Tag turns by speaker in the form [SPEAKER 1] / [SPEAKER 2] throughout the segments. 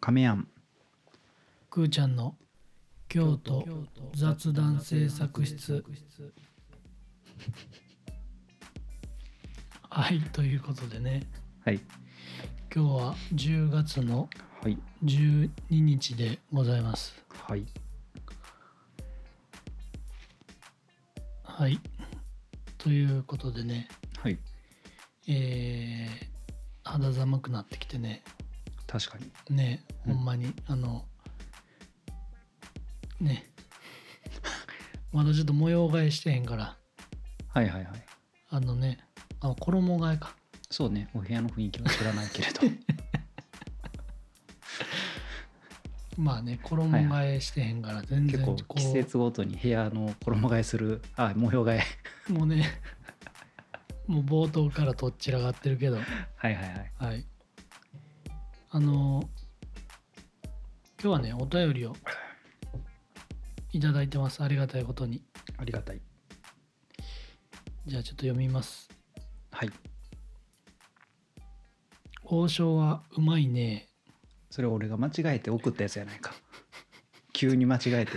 [SPEAKER 1] 亀庵
[SPEAKER 2] くーちゃんの京都雑談制作室はいということでね
[SPEAKER 1] はい
[SPEAKER 2] 今日は10月の
[SPEAKER 1] はい
[SPEAKER 2] 12日でございます
[SPEAKER 1] はい
[SPEAKER 2] はいということでね
[SPEAKER 1] はい
[SPEAKER 2] えー、肌寒くなってきてね
[SPEAKER 1] 確かに
[SPEAKER 2] ね
[SPEAKER 1] う
[SPEAKER 2] ほ
[SPEAKER 1] ん
[SPEAKER 2] んまに、あのね まだちょっと模様替えしてへんから
[SPEAKER 1] はいはいはい
[SPEAKER 2] あのねあ衣替えか
[SPEAKER 1] そうねお部屋の雰囲気は知らないけれど
[SPEAKER 2] まあね衣替えしてへんから全然
[SPEAKER 1] 結構
[SPEAKER 2] こう、
[SPEAKER 1] 季節ごとに部屋の衣替えするあ模様替え
[SPEAKER 2] もうね もう冒頭からとっちらがってるけど
[SPEAKER 1] はいはいはい
[SPEAKER 2] はいあの今日はねお便りをいただいてますありがたいことに
[SPEAKER 1] ありがたい
[SPEAKER 2] じゃあちょっと読みます
[SPEAKER 1] はい
[SPEAKER 2] 王将はうまいね
[SPEAKER 1] それ俺が間違えて送ったやつやない か急に間違えて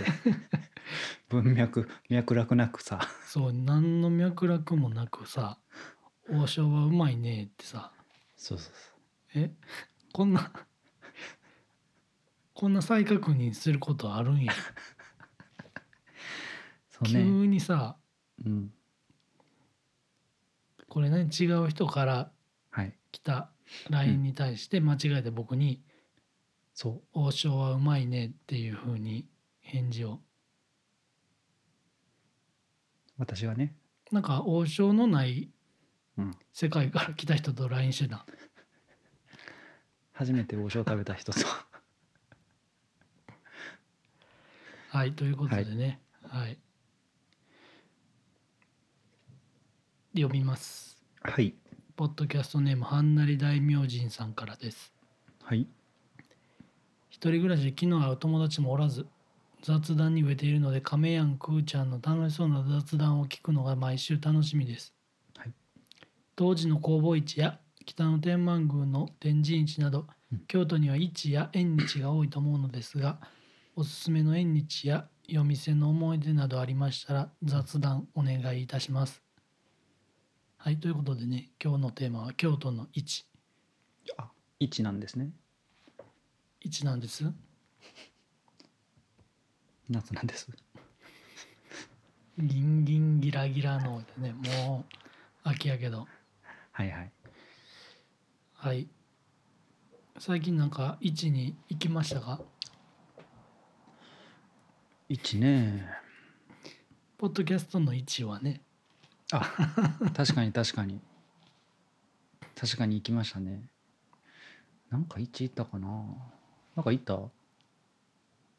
[SPEAKER 1] 文脈脈絡なくさ
[SPEAKER 2] そう何の脈絡もなくさ王将はうまいねってさ
[SPEAKER 1] そうそう
[SPEAKER 2] え こんなこんな再確認することあるんや、
[SPEAKER 1] そうそう
[SPEAKER 2] 急
[SPEAKER 1] ね
[SPEAKER 2] にさ
[SPEAKER 1] うん
[SPEAKER 2] これね違う人から
[SPEAKER 1] はい
[SPEAKER 2] 来た LINE に対して間違えて僕に
[SPEAKER 1] そう
[SPEAKER 2] 「王将はうまいね」っていう風に返事を
[SPEAKER 1] 私がね
[SPEAKER 2] なんか王将のない
[SPEAKER 1] うん
[SPEAKER 2] 世界から来た人と LINE してた
[SPEAKER 1] 初めて王将食べた人と
[SPEAKER 2] はいということでねはい、読みます
[SPEAKER 1] はい
[SPEAKER 2] ポッドキャストネームはんなり大明神さんからです
[SPEAKER 1] はい
[SPEAKER 2] 一人暮らしで気の合う友達もおらず雑談に飢えているので亀やんくーちゃんの楽しそうな雑談を聞くのが毎週楽しみです、
[SPEAKER 1] はい
[SPEAKER 2] 当時の工房市や北の天満宮の天神市など、
[SPEAKER 1] うん
[SPEAKER 2] 京都には市や縁日が多いと思うのですがおすすめの縁日や夜店の思い出などありましたら雑談お願いいたしますはいということでね今日のテーマは京都の市
[SPEAKER 1] あ一なんですね
[SPEAKER 2] 市なんです
[SPEAKER 1] 夏なんです
[SPEAKER 2] ギンギンギラギラのでねもう秋やけど
[SPEAKER 1] はいはい
[SPEAKER 2] はい最近なんか市に行きましたか
[SPEAKER 1] 一ね
[SPEAKER 2] ポッドキャストの市はね
[SPEAKER 1] あ確かに確かに確かに行きましたねなんか一行ったかななんか行った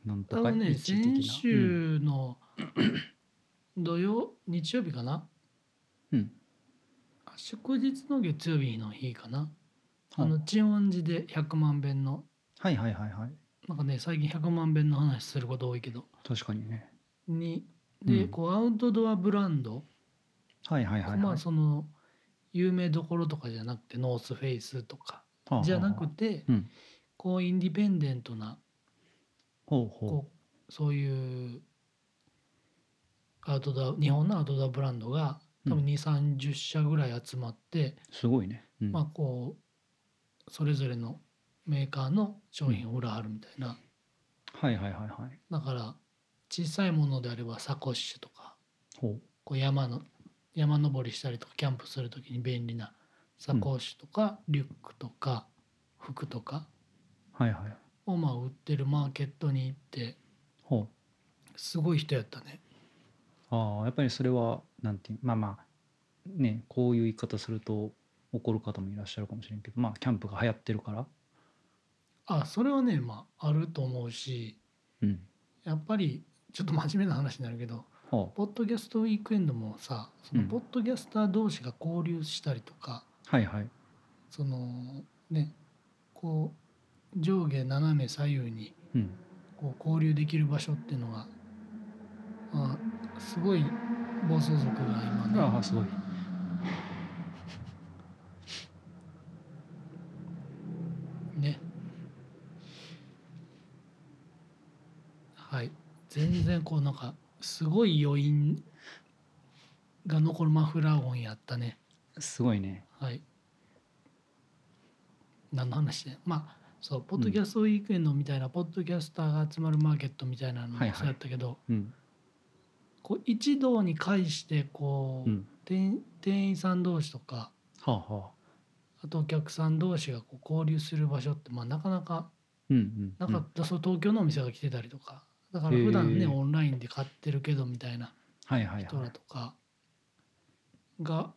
[SPEAKER 1] なん
[SPEAKER 2] あ
[SPEAKER 1] とか
[SPEAKER 2] のね
[SPEAKER 1] 一的な
[SPEAKER 2] 先週の土曜日曜日かな
[SPEAKER 1] うん、うん
[SPEAKER 2] 祝日の月曜日の日かなあ
[SPEAKER 1] う
[SPEAKER 2] の
[SPEAKER 1] ん
[SPEAKER 2] 千音寺で100万遍の
[SPEAKER 1] はいはいはいはい
[SPEAKER 2] なんかね最近100万遍の話すること多いけど
[SPEAKER 1] 確かにね
[SPEAKER 2] にで、
[SPEAKER 1] うん
[SPEAKER 2] こうアウトドアブランド、
[SPEAKER 1] はいはいはい、はい、
[SPEAKER 2] まあその有名どころとかじゃなくてノースフェイスとか
[SPEAKER 1] はあ
[SPEAKER 2] じゃな
[SPEAKER 1] は
[SPEAKER 2] く
[SPEAKER 1] あ
[SPEAKER 2] て、
[SPEAKER 1] うん
[SPEAKER 2] こうインディペンデントな
[SPEAKER 1] ほうほ
[SPEAKER 2] こうそういうアウトドア日本のアウトドアブランドが多分2 3 0社ぐらい集まって、
[SPEAKER 1] うすごいね、うん
[SPEAKER 2] まあこうそれぞれのメーカーの商品を売らはるみたいな、
[SPEAKER 1] はいはいはいはい
[SPEAKER 2] だから小さいものであればサコッシュとか
[SPEAKER 1] ほ
[SPEAKER 2] こう山の山登りしたりとかキャンプするときに便利なサコッシュとか、リュックとか服とか
[SPEAKER 1] うはいはい
[SPEAKER 2] をまあ売ってるマーケットに行って
[SPEAKER 1] ほう
[SPEAKER 2] すごい人やったね
[SPEAKER 1] ああやっぱりそれはなんていうまあまあねこういう言い方すると怒る方もいらっしゃるかもしれんけどまあキャンプが流行ってるから
[SPEAKER 2] あそれはねまああると思うし
[SPEAKER 1] うん
[SPEAKER 2] やっぱりちょっと真面目な話になるけど
[SPEAKER 1] は
[SPEAKER 2] ポッドキャストウィークエンドもさその
[SPEAKER 1] うん
[SPEAKER 2] ポッドキャスター同士が交流したりとか、
[SPEAKER 1] あはいはい
[SPEAKER 2] そのねこう上下斜め左右に
[SPEAKER 1] うん
[SPEAKER 2] こう交流できる場所っていうのが、まあ、すごい暴走族が今
[SPEAKER 1] あ
[SPEAKER 2] ね
[SPEAKER 1] あすごい
[SPEAKER 2] ねはい全然こうなんかすごい余韻が残るマフラー音やったね
[SPEAKER 1] すごいね
[SPEAKER 2] はい何の話ねまあそうポッドキャストウィークエンドみたいな、ポッドキャスターが集まるマーケットみたいなのも
[SPEAKER 1] はいはい
[SPEAKER 2] そうやったけど、
[SPEAKER 1] うん
[SPEAKER 2] こう一堂に会してこう、
[SPEAKER 1] うん
[SPEAKER 2] 店店員さん同士とか
[SPEAKER 1] はあはあ
[SPEAKER 2] あとお客さん同士がこう交流する場所って、まあ、なかなか
[SPEAKER 1] うんうん
[SPEAKER 2] なかった、そう東京のお店が来てたりとかだから
[SPEAKER 1] へえ
[SPEAKER 2] 普段ねオンラインで買ってるけどみたいな
[SPEAKER 1] うんはいはい
[SPEAKER 2] 人
[SPEAKER 1] は
[SPEAKER 2] ら
[SPEAKER 1] い
[SPEAKER 2] とかが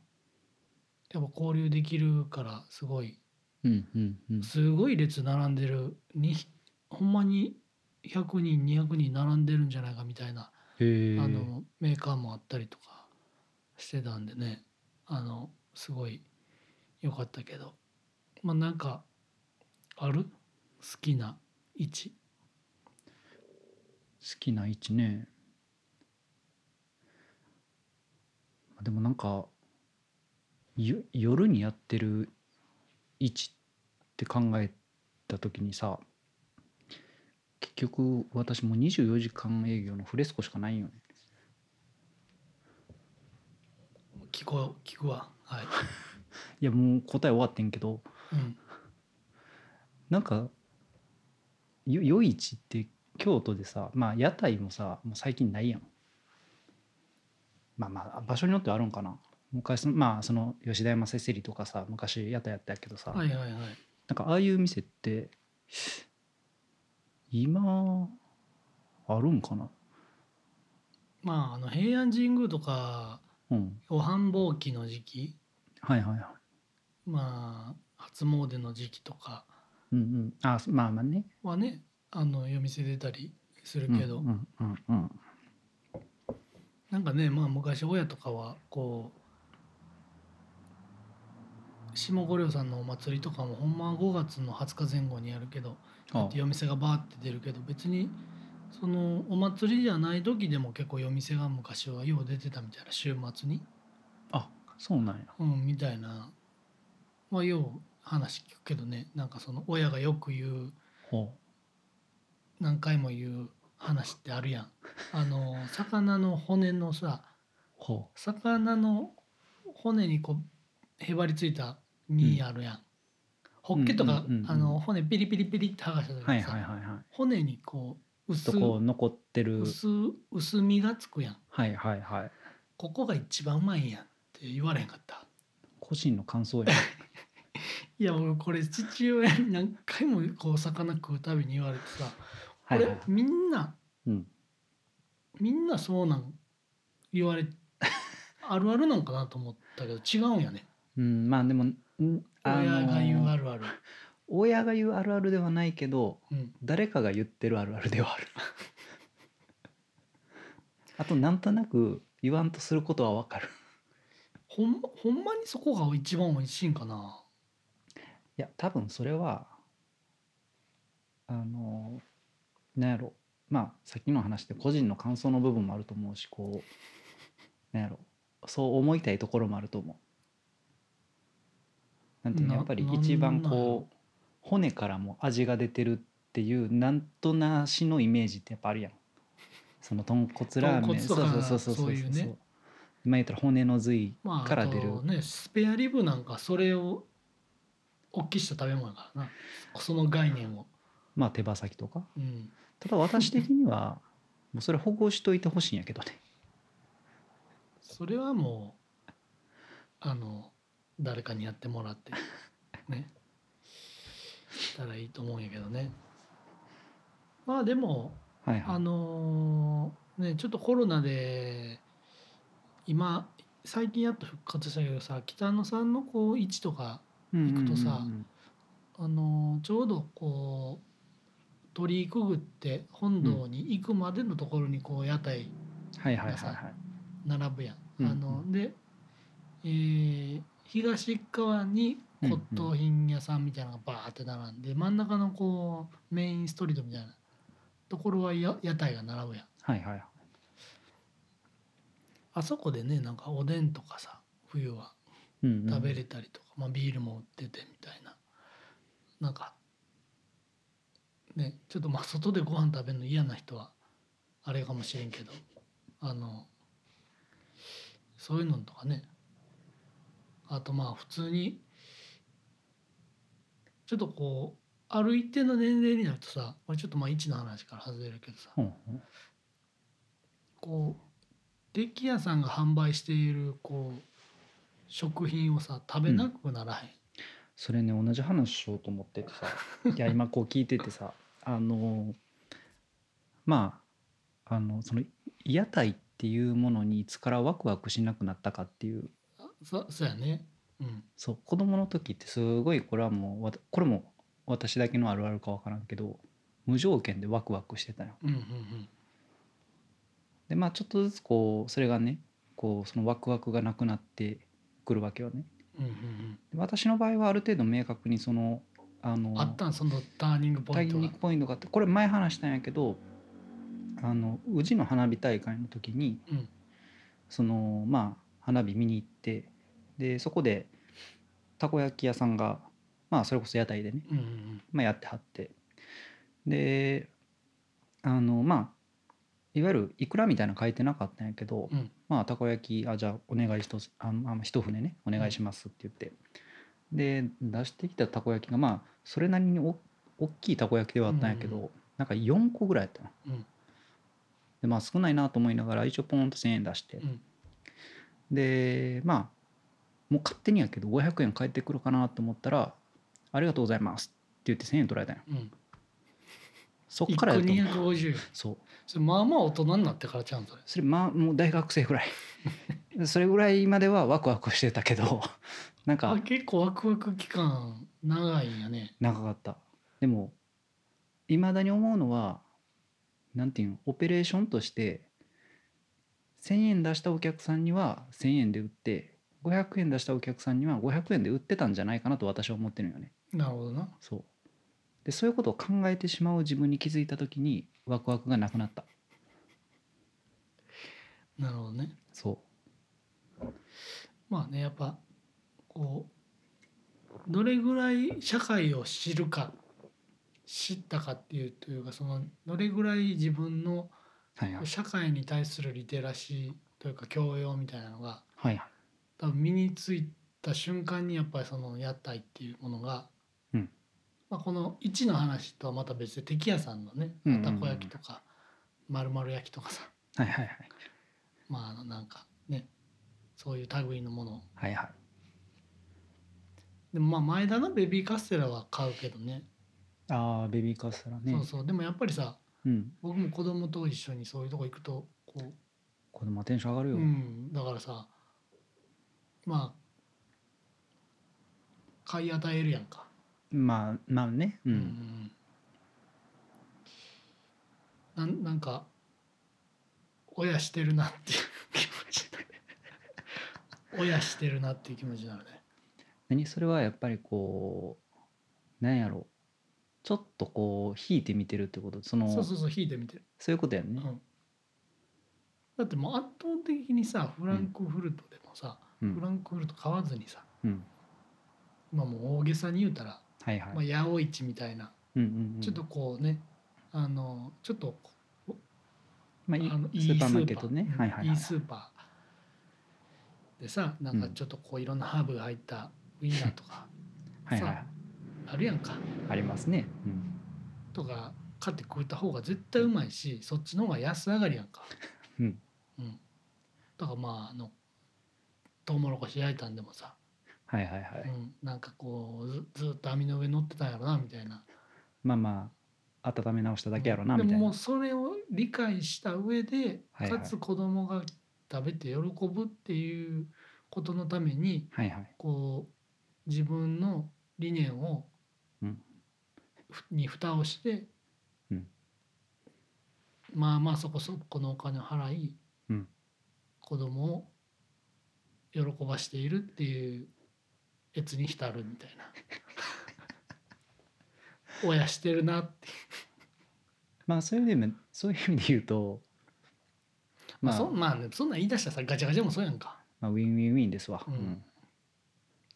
[SPEAKER 2] やっぱ交流できるからすごい
[SPEAKER 1] うんうんうん
[SPEAKER 2] すごい列並んでるにほんまに100人200人並んでるんじゃないかみたいな
[SPEAKER 1] へえ
[SPEAKER 2] あのメーカーもあったりとかしてたんでねあのすごい良かったけどまあなんかある好きな位置
[SPEAKER 1] 好きな位置ねでもなんかよ夜にやってる位置って考えた時にさ結局私もう24時間営業のフレスコしかないよね
[SPEAKER 2] 聞こう聞くわはい、
[SPEAKER 1] いやもう答え終わってんけど
[SPEAKER 2] うん、
[SPEAKER 1] なんかよ夜市って京都でさまあ屋台もさもう最近ないやんまあまあ場所によってはあるんかな昔のまあその吉田山せせりとかさ昔屋台やったけどさ、
[SPEAKER 2] はいはいはい
[SPEAKER 1] なんかああいう店って今あるんかな
[SPEAKER 2] まああの平安神宮とか
[SPEAKER 1] うん
[SPEAKER 2] お繁忙期の時期
[SPEAKER 1] はいはいはい
[SPEAKER 2] まあ初詣の時期とか
[SPEAKER 1] うんうんあまあまあね
[SPEAKER 2] はねあの夜店出たりするけど、
[SPEAKER 1] うんうんうんうん
[SPEAKER 2] なんかねまあ昔親とかはこう下五稜さんのお祭りとかもほんまは5月の20日前後にやるけど
[SPEAKER 1] あ
[SPEAKER 2] 夜店がバーって出るけど別にそのお祭りじゃない時でも結構夜店が昔はよう出てたみたいな週末に、
[SPEAKER 1] あそうなんや
[SPEAKER 2] うん、みたいなまあよう話聞くけどねなんかその親がよく言う
[SPEAKER 1] ほ
[SPEAKER 2] 何回も言う話ってあるやん。あの魚の骨のさ
[SPEAKER 1] うほ
[SPEAKER 2] 魚の骨にこうへばりついた身あるやん、ホッケとか、
[SPEAKER 1] うんうんうんうん
[SPEAKER 2] あの骨ピリピリピリって剥がした時
[SPEAKER 1] う
[SPEAKER 2] にさ、
[SPEAKER 1] はいはいはいは
[SPEAKER 2] 骨にこう
[SPEAKER 1] い
[SPEAKER 2] 薄
[SPEAKER 1] とこう残ってる
[SPEAKER 2] 薄薄身がつくやん
[SPEAKER 1] はいはいはい
[SPEAKER 2] ここが一番うまいんやんって言われへんかった
[SPEAKER 1] 個人の感想や
[SPEAKER 2] いや俺これ父親に何回もこう魚食うたびに言われてさこ
[SPEAKER 1] はいはいは
[SPEAKER 2] れ
[SPEAKER 1] い
[SPEAKER 2] みんな
[SPEAKER 1] うん
[SPEAKER 2] みんなそうなん 言われあるあるなんかなと思ったけど違うんやね
[SPEAKER 1] うんまあでもんあの
[SPEAKER 2] 親が言うあるある、
[SPEAKER 1] 親が言うあるあるではないけど
[SPEAKER 2] うん、
[SPEAKER 1] 誰かが言ってるあるあるではある あとなんとなく言わんとすることはわかる
[SPEAKER 2] ほんまほんまにそこが一番美味しいんかない
[SPEAKER 1] や多分それはあのなんやろまあさっきの話で個人の感想の部分もあると思うしこうなんやろそう思いたいところもあると思う。なんていうの
[SPEAKER 2] な
[SPEAKER 1] やっぱり
[SPEAKER 2] なん
[SPEAKER 1] 一番
[SPEAKER 2] なんやろ
[SPEAKER 1] こう骨からも味が出てるっていうなんとなしのイメージってやっぱあるやん。その豚骨ラーメン
[SPEAKER 2] 豚骨とか
[SPEAKER 1] そうそうそうそう
[SPEAKER 2] そういうね
[SPEAKER 1] 今言ったら骨の髄
[SPEAKER 2] まあ
[SPEAKER 1] から出る
[SPEAKER 2] あとねスペアリブなんかそれを大きした食べ物だからなその概念を
[SPEAKER 1] まあ手羽先とか
[SPEAKER 2] うん
[SPEAKER 1] ただ私的にはもうそれ保護しといてほしいんやけどね
[SPEAKER 2] それはもうあの誰かにやっても らってねしたらいいと思うんやけどねまあでも
[SPEAKER 1] はい
[SPEAKER 2] あ
[SPEAKER 1] はい
[SPEAKER 2] のーねちょっとコロナで今最近やっと復活したけどさ北野さんのこう位置とか
[SPEAKER 1] 行
[SPEAKER 2] くとさあのちょうどこう鳥居くぐって本堂に行くまでのところにこう屋台
[SPEAKER 1] はいはいはい
[SPEAKER 2] 皆さん
[SPEAKER 1] はい
[SPEAKER 2] 並ぶやん。
[SPEAKER 1] うん
[SPEAKER 2] あので、えー東側に骨董品屋さんみたいなのがバーって並んで、真ん中のこうメインストリートみたいなところはや屋台が並ぶやん。
[SPEAKER 1] はいはいはい
[SPEAKER 2] あそこでねなんかおでんとかさ冬は
[SPEAKER 1] うんうん
[SPEAKER 2] 食べれたりとか、まあ、ビールも売っててみたいななんかねちょっとまあ外でご飯食べるの嫌な人はあれかもしれんけどあのそういうのとかねあとまあ普通にちょっとこうある一定の年齢になるとさこれちょっとまあ1の話から外れるけどさ
[SPEAKER 1] うんうん
[SPEAKER 2] こう電気屋さんが販売しているこう食品をさ食べなくならへん、
[SPEAKER 1] それね同じ話しようと思っててさ いや今こう聞いててさあのまああのその屋台っていうものにいつからワクワクしなくなったかっていう
[SPEAKER 2] あそそうやねうん
[SPEAKER 1] そう子供の時ってすごいこれはもうわたこれも私だけのあるあるかわからんけど無条件でワクワクしてたよ。
[SPEAKER 2] うんうんうん
[SPEAKER 1] でまあちょっとずつこうそれがねこうそのワクワクがなくなってくるわけよね。
[SPEAKER 2] うんうん
[SPEAKER 1] で私の場合はある程度明確にそのあの
[SPEAKER 2] うんあったんそのターニングポ
[SPEAKER 1] タ
[SPEAKER 2] イ
[SPEAKER 1] イ
[SPEAKER 2] ント
[SPEAKER 1] ニ
[SPEAKER 2] が
[SPEAKER 1] ックポイントがあってこれ前話したんやけどあの宇治の花火大会の時に
[SPEAKER 2] うん
[SPEAKER 1] そのまあ花火見に行ってでそこでたこ焼き屋さんがまあそれこそ屋台でね、
[SPEAKER 2] うんうん
[SPEAKER 1] まあ、やってはってであのまあいわゆるいくらみたいなの書いてなかったんやけど、
[SPEAKER 2] うん
[SPEAKER 1] まあたこ焼きあじゃあお願い一つああ一船ねお願いしますって言って、で出してきたたこ焼きがまあそれなりにお大きいたこ焼きではあったんやけど、
[SPEAKER 2] うん
[SPEAKER 1] なんか4個ぐらいやったの
[SPEAKER 2] うん
[SPEAKER 1] でまあ少ないなと思いながら一応ポンと1,000円出して、
[SPEAKER 2] うん
[SPEAKER 1] でまあもう勝手にやけど500円返ってくるかなと思ったら「ありがとうございます」って言って1,000円取られたんよ
[SPEAKER 2] うん
[SPEAKER 1] そっ
[SPEAKER 2] 1
[SPEAKER 1] か
[SPEAKER 2] 個
[SPEAKER 1] らやと思う
[SPEAKER 2] 250円
[SPEAKER 1] そう
[SPEAKER 2] それまあまあ大人になってからちゃうんそれ
[SPEAKER 1] それまあもう大学生 ぐらいそれぐらいまではワクワクしてたけどなんか
[SPEAKER 2] あ結構ワクワク期間長いんやね
[SPEAKER 1] 長かったでもいまだに思うのはなんていうのオペレーションとして1,000円出したお客さんには1,000円で売って500円出したお客さんには500円で売ってたんじゃないかなと私は思ってるんよね
[SPEAKER 2] なるほどな
[SPEAKER 1] そうでそういうことを考えてしまう自分に気づいた時にワクワクがなくなった
[SPEAKER 2] なるほどね
[SPEAKER 1] そ
[SPEAKER 2] まあねやっぱこうどれぐらい社会を知るか知ったかっていうというかそのどれぐらい自分の
[SPEAKER 1] うはいはい
[SPEAKER 2] 社会に対するリテラシーというか教養みたいなのが
[SPEAKER 1] はいはい
[SPEAKER 2] 多分身についた瞬間にやっぱりその屋台っていうものが、
[SPEAKER 1] うん
[SPEAKER 2] まあ、この1の話とはまた別で敵屋さんのね
[SPEAKER 1] うんうんうん
[SPEAKER 2] たこ焼きとか丸々焼きとかさ
[SPEAKER 1] はいはいはい
[SPEAKER 2] まああのなんかねそういう類のもの
[SPEAKER 1] はいはい
[SPEAKER 2] でもまあ前田のベビーカステラは買うけどね
[SPEAKER 1] ああベビーカステラね
[SPEAKER 2] そうそうでもやっぱりさ
[SPEAKER 1] うん、
[SPEAKER 2] 僕も子供と一緒にそういうとこ行くとこ
[SPEAKER 1] 子供はテンション上がる
[SPEAKER 2] う、
[SPEAKER 1] よ、
[SPEAKER 2] うん、だからさまあ買い与えるやんか
[SPEAKER 1] まあまあねう、
[SPEAKER 2] うんうんなんなんか親してるなっていう気持ちになる親してるなっていう気持ちになるね
[SPEAKER 1] 何それはやっぱりこうなんやろうちょっとこう引いてみてるってことその
[SPEAKER 2] そうそうそう引いてみてる、
[SPEAKER 1] そういうことやん
[SPEAKER 2] う
[SPEAKER 1] ね、
[SPEAKER 2] ん、だってもう圧倒的にさフランクフルトでもさ、
[SPEAKER 1] うん
[SPEAKER 2] フランクフルト買わずにさ
[SPEAKER 1] うん、
[SPEAKER 2] まあもう大げさに言うたら、
[SPEAKER 1] はいはい、
[SPEAKER 2] まあ、八百市みたいな、
[SPEAKER 1] うんうんうん、
[SPEAKER 2] ちょっとこうねあのちょっとこ
[SPEAKER 1] まあ、
[SPEAKER 2] う
[SPEAKER 1] いい
[SPEAKER 2] あの
[SPEAKER 1] スーパーマーケットね
[SPEAKER 2] いいスーパー
[SPEAKER 1] はいはいは
[SPEAKER 2] うん
[SPEAKER 1] いい
[SPEAKER 2] いスーパーでさなんかちょっとこういろんなハーブが入ったウインナーとか
[SPEAKER 1] はいはい
[SPEAKER 2] さあるやんか
[SPEAKER 1] ありますね、うん
[SPEAKER 2] とか買って食った方が絶対うまいしそっちの方が安上がりやんか
[SPEAKER 1] うん、
[SPEAKER 2] うんだからまああのトウモロコシ焼いたんでもさ、
[SPEAKER 1] はいはいはい、
[SPEAKER 2] うん、なんかこうずずっと網の上乗ってたんやろなみたいな
[SPEAKER 1] まあまあ温め直しただけやろな
[SPEAKER 2] で
[SPEAKER 1] みたい
[SPEAKER 2] も
[SPEAKER 1] な
[SPEAKER 2] もうそれを理解した上で、
[SPEAKER 1] はいはい
[SPEAKER 2] かつ子供が食べて喜ぶっていうことのために
[SPEAKER 1] はいはい
[SPEAKER 2] こう自分の理念を、
[SPEAKER 1] うん
[SPEAKER 2] ふに蓋をして、
[SPEAKER 1] うん
[SPEAKER 2] まあまあそこそこのお金を払い、
[SPEAKER 1] うん
[SPEAKER 2] 子供を喜ばしているっていう越に浸るみたい な親してるなって
[SPEAKER 1] まあそういう意味でそういう意味で言うと
[SPEAKER 2] ま
[SPEAKER 1] ま
[SPEAKER 2] あ、
[SPEAKER 1] あ、
[SPEAKER 2] そまあね、そんなん言い出したらさガチャガチャもそうやんか
[SPEAKER 1] まあ、ウィンウィンウィンですわ、
[SPEAKER 2] うん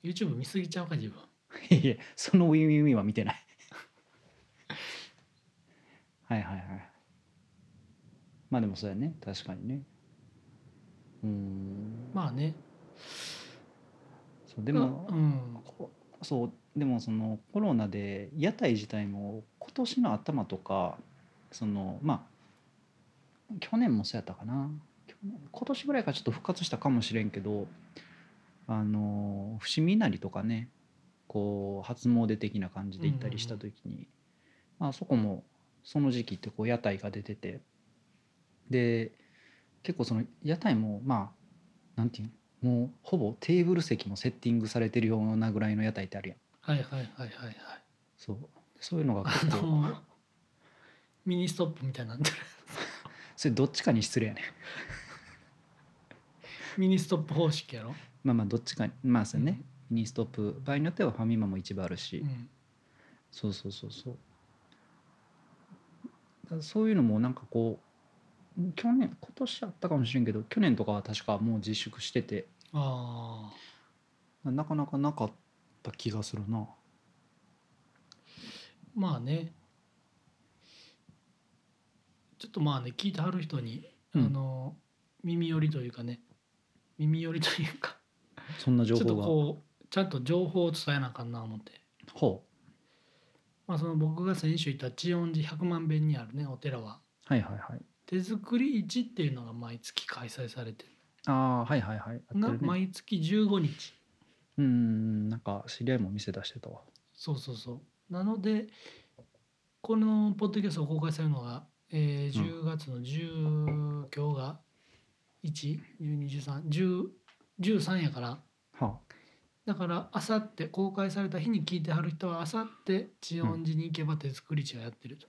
[SPEAKER 2] YouTube 見すぎちゃうか自分
[SPEAKER 1] いやいやそのウィンウィンウィンは見てない はいはいはいまあでもそうやね確かにねうん
[SPEAKER 2] まあね
[SPEAKER 1] そうでも、
[SPEAKER 2] うん
[SPEAKER 1] こそうでもそのコロナで屋台自体も今年の頭とかそのまあ去年もそうやったかな去年今年ぐらいからちょっと復活したかもしれんけどあの伏見稲荷とかねこう初詣的な感じで行ったりした時に、まあそこもその時期ってこう屋台が出ててで結構その屋台もまあなんていうのもうほぼテーブル席もセッティングされてるようなぐらいの屋台ってあるやん
[SPEAKER 2] はいはいはいはいはい
[SPEAKER 1] そうそういうのが
[SPEAKER 2] あ
[SPEAKER 1] 結構
[SPEAKER 2] のミニストップみたいになってる
[SPEAKER 1] それどっちかに失礼やね
[SPEAKER 2] ミニストップ方式やろ
[SPEAKER 1] まあまあどっちかにまあそうね、ミニストップ場合によってはファミマも一部あるし、
[SPEAKER 2] うん
[SPEAKER 1] そうそうそうそうだからそういうのもなんかこう去年今年あったかもしれんけど去年とかは確かもう自粛してて
[SPEAKER 2] ああ
[SPEAKER 1] なかなかなかった気がするな
[SPEAKER 2] まあねちょっとまあね聞いてはる人に、
[SPEAKER 1] うん
[SPEAKER 2] あの耳寄りというかね耳寄りというか
[SPEAKER 1] そんな
[SPEAKER 2] ちょ
[SPEAKER 1] 情
[SPEAKER 2] っと
[SPEAKER 1] 報が
[SPEAKER 2] こうちゃんと情報を伝えなあかんな思って、
[SPEAKER 1] ほう
[SPEAKER 2] まあ、その僕が先週行った千音寺百万遍にあるねお寺は
[SPEAKER 1] はいはいはい
[SPEAKER 2] 手作り市っていうのが毎月開催されて
[SPEAKER 1] ああーはいはいはい
[SPEAKER 2] るな、
[SPEAKER 1] 合ってるね
[SPEAKER 2] 毎月15日
[SPEAKER 1] うんなんか知り合いも店出してたわ
[SPEAKER 2] そうそうそうなのでこのポッドキャストが公開されるのが、えー10月の10、今日が1121313やから
[SPEAKER 1] は
[SPEAKER 2] だからあさって公開された日に聞いてはる人はあさって千音寺に行けば手作り市がやってると、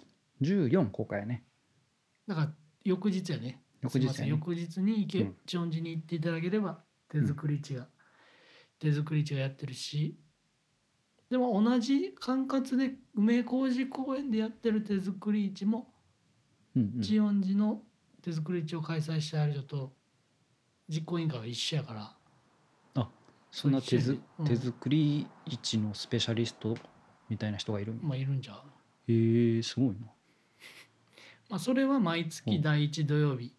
[SPEAKER 1] あ、14公開やね
[SPEAKER 2] だから翌日やね
[SPEAKER 1] 翌日
[SPEAKER 2] すいません
[SPEAKER 1] やね
[SPEAKER 2] 翌日に行け、
[SPEAKER 1] うん
[SPEAKER 2] 千音寺に行っていただければ手作り地が、手作り地がやってるしでも同じ管轄で梅小路公園でやってる手作り市も、
[SPEAKER 1] うんうん
[SPEAKER 2] 千音寺の手作り市を開催してある人と実行委員会は一緒やから
[SPEAKER 1] そんな手
[SPEAKER 2] そ
[SPEAKER 1] ず
[SPEAKER 2] う一緒やねうん
[SPEAKER 1] 手作り市のスペシャリストみたいな人がいるんや
[SPEAKER 2] まあいるんじゃう、
[SPEAKER 1] へえすごいな
[SPEAKER 2] まあ、それは毎月第1土曜日、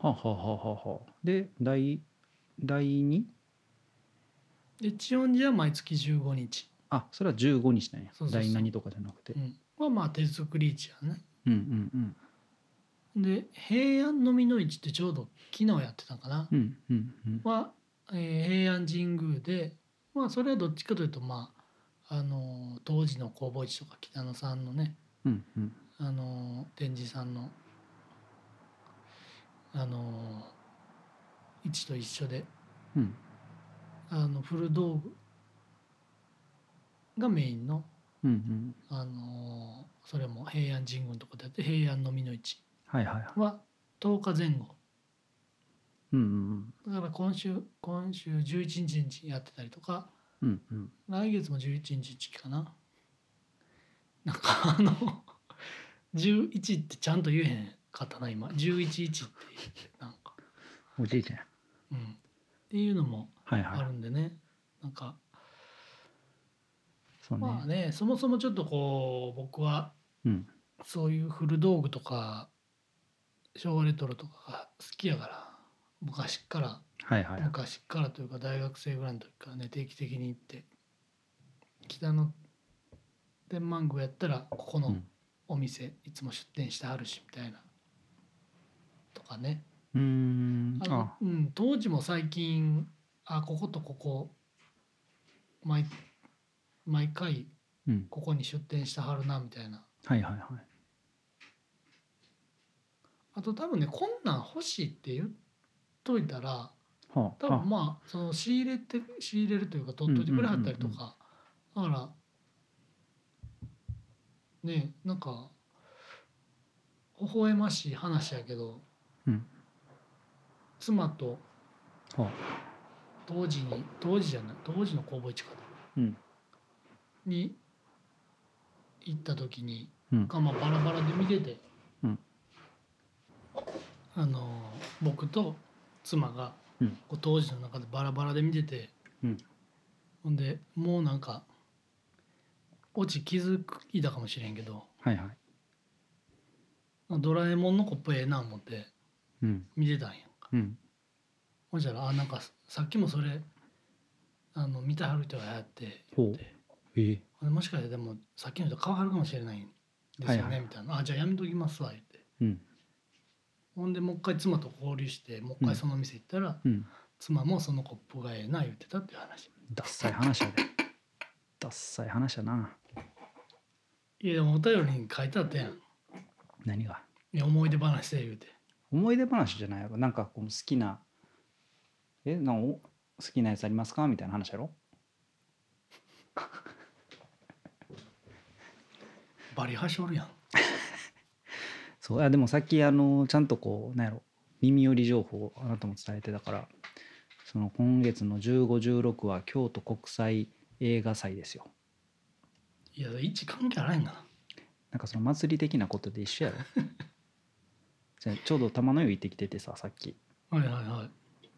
[SPEAKER 1] はあ、はあはあはあはあ、で第第2
[SPEAKER 2] で千音寺は毎月15日、
[SPEAKER 1] あそれは15日なんや
[SPEAKER 2] そうそうそ
[SPEAKER 1] 第
[SPEAKER 2] う
[SPEAKER 1] 何とかじゃなくて
[SPEAKER 2] うん、はまあ手作り市やね
[SPEAKER 1] うんうん
[SPEAKER 2] で平安のみの市ってちょうど昨日やってたかな、
[SPEAKER 1] うんうんうんうん
[SPEAKER 2] は、えー平安神宮で、まあ、それはどっちかというと、まああのー当時の弘法寺とか北野さんのね、
[SPEAKER 1] うんうん
[SPEAKER 2] あのー天智さんの、あのー位置と一緒で
[SPEAKER 1] うん
[SPEAKER 2] あの古道具がメインの、
[SPEAKER 1] うんうん
[SPEAKER 2] あのーそれも平安神宮のとこでやって平安のみの市
[SPEAKER 1] はいはいはい
[SPEAKER 2] は10日前後
[SPEAKER 1] うんうん
[SPEAKER 2] だから今週今週11日にやってたりとか。
[SPEAKER 1] うんうんうん
[SPEAKER 2] 来月も11日かななんかあの11ってちゃんと言えへんかったな今111ってなんか
[SPEAKER 1] おじいちゃんや
[SPEAKER 2] うんっていうのも
[SPEAKER 1] はい
[SPEAKER 2] あ
[SPEAKER 1] は
[SPEAKER 2] る
[SPEAKER 1] い
[SPEAKER 2] んでね、なんか
[SPEAKER 1] そうね
[SPEAKER 2] まあねそもそもちょっとこう僕は
[SPEAKER 1] うん
[SPEAKER 2] そういう古道具とか昭和レトロとかが好きやから昔っから
[SPEAKER 1] はいはい
[SPEAKER 2] 昔っからというか大学生ぐらいの時からね定期的に行って北の天満宮やったらここ
[SPEAKER 1] う
[SPEAKER 2] の
[SPEAKER 1] ん
[SPEAKER 2] お店いつも出店してはるしみたいなとかね
[SPEAKER 1] うーん
[SPEAKER 2] あの
[SPEAKER 1] あ
[SPEAKER 2] うん、当時も最近あこことここ毎毎回
[SPEAKER 1] うん
[SPEAKER 2] ここに出店してはるなみたいな
[SPEAKER 1] はいはいはい
[SPEAKER 2] あと多分ねこんなん欲しいって言っといたら
[SPEAKER 1] はあ
[SPEAKER 2] 多分まあその仕入れて仕入れるというか取っといてくれはったりとかだからねえなんか微笑ましい話やけど、
[SPEAKER 1] うん
[SPEAKER 2] 妻と
[SPEAKER 1] あはあ
[SPEAKER 2] 当時に当時じゃない当時の工房市かな
[SPEAKER 1] うん
[SPEAKER 2] に行った時に、
[SPEAKER 1] うん
[SPEAKER 2] がまあバラバラで見てて、
[SPEAKER 1] うん
[SPEAKER 2] あの僕と妻が、
[SPEAKER 1] うん
[SPEAKER 2] こう当時の中でバラバラで見てて、
[SPEAKER 1] うん
[SPEAKER 2] ほんでもうなんかオチ気づいたかもしれんけど
[SPEAKER 1] はいはい
[SPEAKER 2] ドラえもんのコップええな思って
[SPEAKER 1] うん
[SPEAKER 2] 見てたんやんか
[SPEAKER 1] うん
[SPEAKER 2] ほんじゃらあなんかさっきもそれあの見てはる人がやって言って
[SPEAKER 1] え
[SPEAKER 2] ほんでもしかしてでもさっきの人顔はるかもしれないんですよね、
[SPEAKER 1] はいはい
[SPEAKER 2] みたいな「あじゃあやめときますわ」言って
[SPEAKER 1] うん
[SPEAKER 2] ほんでもう一回妻と交流してもう一回その店行ったら、
[SPEAKER 1] うん
[SPEAKER 2] 妻もそのコップがええな言ってたっていう話
[SPEAKER 1] ダッサい話やでダッサい話やない
[SPEAKER 2] やでもお便りに書いてあったやん
[SPEAKER 1] 何が
[SPEAKER 2] いや思い出話で言うて
[SPEAKER 1] 思い出話じゃないやろなんかこう好きなえなんかお好きなやつありますかみたいな話やろ
[SPEAKER 2] バリハシおるやん
[SPEAKER 1] そうあでもさっきあのちゃんとこうなんやろ耳寄り情報をあなたも伝えてたからその今月の1516は京都国際映画祭ですよ
[SPEAKER 2] いや位置関係ないんかな
[SPEAKER 1] なんかその祭り的なことで一緒やろじゃあちょうど玉の湯行ってきててささっき
[SPEAKER 2] はいはいはい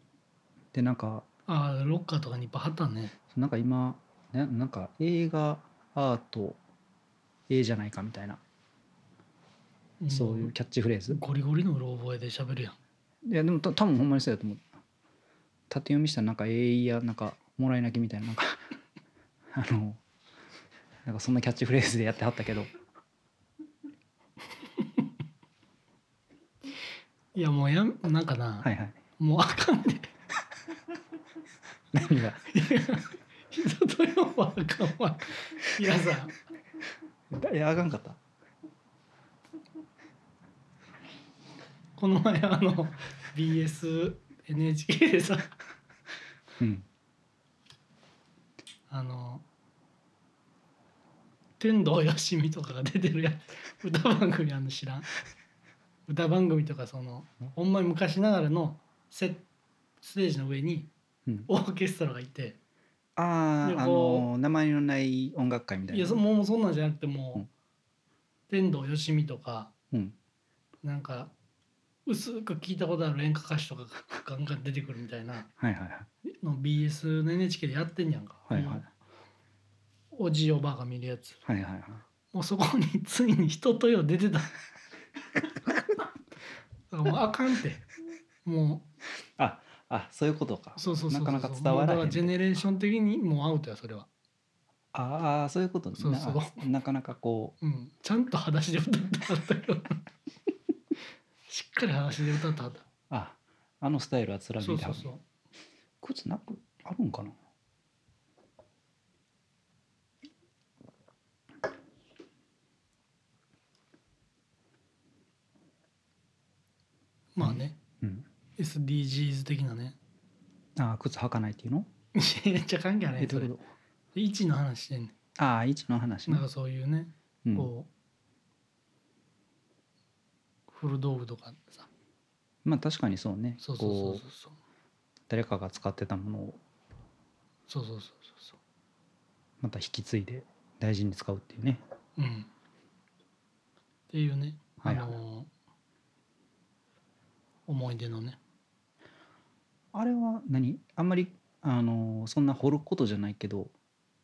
[SPEAKER 1] でなんか
[SPEAKER 2] ああロッカーとかにいっぱい貼ったね
[SPEAKER 1] なんか今ななんか映画アートええじゃないかみたいなそういうキャッチフレーズ、
[SPEAKER 2] ゴリゴリのうろ覚えで喋るやん
[SPEAKER 1] いやでもた多分ほんまにそうやと思う縦読みしたらなんか「ええいや」なんか「もらい泣き」みたいななんか あのなんかそんなキャッチフレーズでやってはったけど
[SPEAKER 2] いやもうやんなんかな、
[SPEAKER 1] はいはい
[SPEAKER 2] もうあかんで、ね、
[SPEAKER 1] 何が
[SPEAKER 2] 人とよはあかんわいやさ
[SPEAKER 1] いやあかんかった
[SPEAKER 2] この前あの BSNHK でさ
[SPEAKER 1] うん
[SPEAKER 2] あの天童よしみとかが出てるやつ歌番組あんの知らん歌番組とかそのほんまに昔ながらのセステージの上に
[SPEAKER 1] うん、
[SPEAKER 2] オーケストラがいて
[SPEAKER 1] あ
[SPEAKER 2] で
[SPEAKER 1] ああ
[SPEAKER 2] こ
[SPEAKER 1] の名前のない音楽会みたいない
[SPEAKER 2] やそもうそんなんじゃなくてもう、
[SPEAKER 1] うん
[SPEAKER 2] 天童よしみとか
[SPEAKER 1] うん、
[SPEAKER 2] なんか薄く聞いたことある演歌歌手とかがガンガン出てくるみたいな
[SPEAKER 1] はいはいはい
[SPEAKER 2] の BS の NHK でやってんやんか、
[SPEAKER 1] はいはい
[SPEAKER 2] おじいおばあが見るやつ
[SPEAKER 1] はいはいはい
[SPEAKER 2] もうそこについに人とよ出てただからもうあかんっても
[SPEAKER 1] ああそういうことか
[SPEAKER 2] うそうそうそうそう
[SPEAKER 1] なかなか伝わらへん
[SPEAKER 2] もうだからジェネレーション的にもうアウトやそれは、
[SPEAKER 1] ああそういうことね
[SPEAKER 2] そうそう
[SPEAKER 1] ななかなかこ
[SPEAKER 2] うん、ちゃんと裸足で歌ってはったけどしっかり裸足で歌ってはっ
[SPEAKER 1] うああのスタイルは
[SPEAKER 2] た
[SPEAKER 1] 貫い
[SPEAKER 2] そ
[SPEAKER 1] て
[SPEAKER 2] う
[SPEAKER 1] は
[SPEAKER 2] そう
[SPEAKER 1] る
[SPEAKER 2] そう
[SPEAKER 1] 靴なくあるんかな
[SPEAKER 2] まあね、
[SPEAKER 1] うん、
[SPEAKER 2] SDGs 的なね
[SPEAKER 1] ああ靴履かないっていうの
[SPEAKER 2] めっちゃ関係な
[SPEAKER 1] え
[SPEAKER 2] い
[SPEAKER 1] ど
[SPEAKER 2] そう
[SPEAKER 1] い
[SPEAKER 2] れ
[SPEAKER 1] うこ
[SPEAKER 2] 位置の話してんね
[SPEAKER 1] とああ位置の話
[SPEAKER 2] ん
[SPEAKER 1] ね
[SPEAKER 2] なんかそういうね、
[SPEAKER 1] うん、
[SPEAKER 2] こう古道具とかさ
[SPEAKER 1] まあ確かにそうね
[SPEAKER 2] そうそうそう
[SPEAKER 1] こ
[SPEAKER 2] そうそう
[SPEAKER 1] う誰かが使ってたものを
[SPEAKER 2] そうそうそうそうそう
[SPEAKER 1] また引き継いで大事に使うっていうね
[SPEAKER 2] うんっていうね、
[SPEAKER 1] はいはい
[SPEAKER 2] あのー思い出のね
[SPEAKER 1] あれは何あんまりあのーそんな掘ることじゃないけど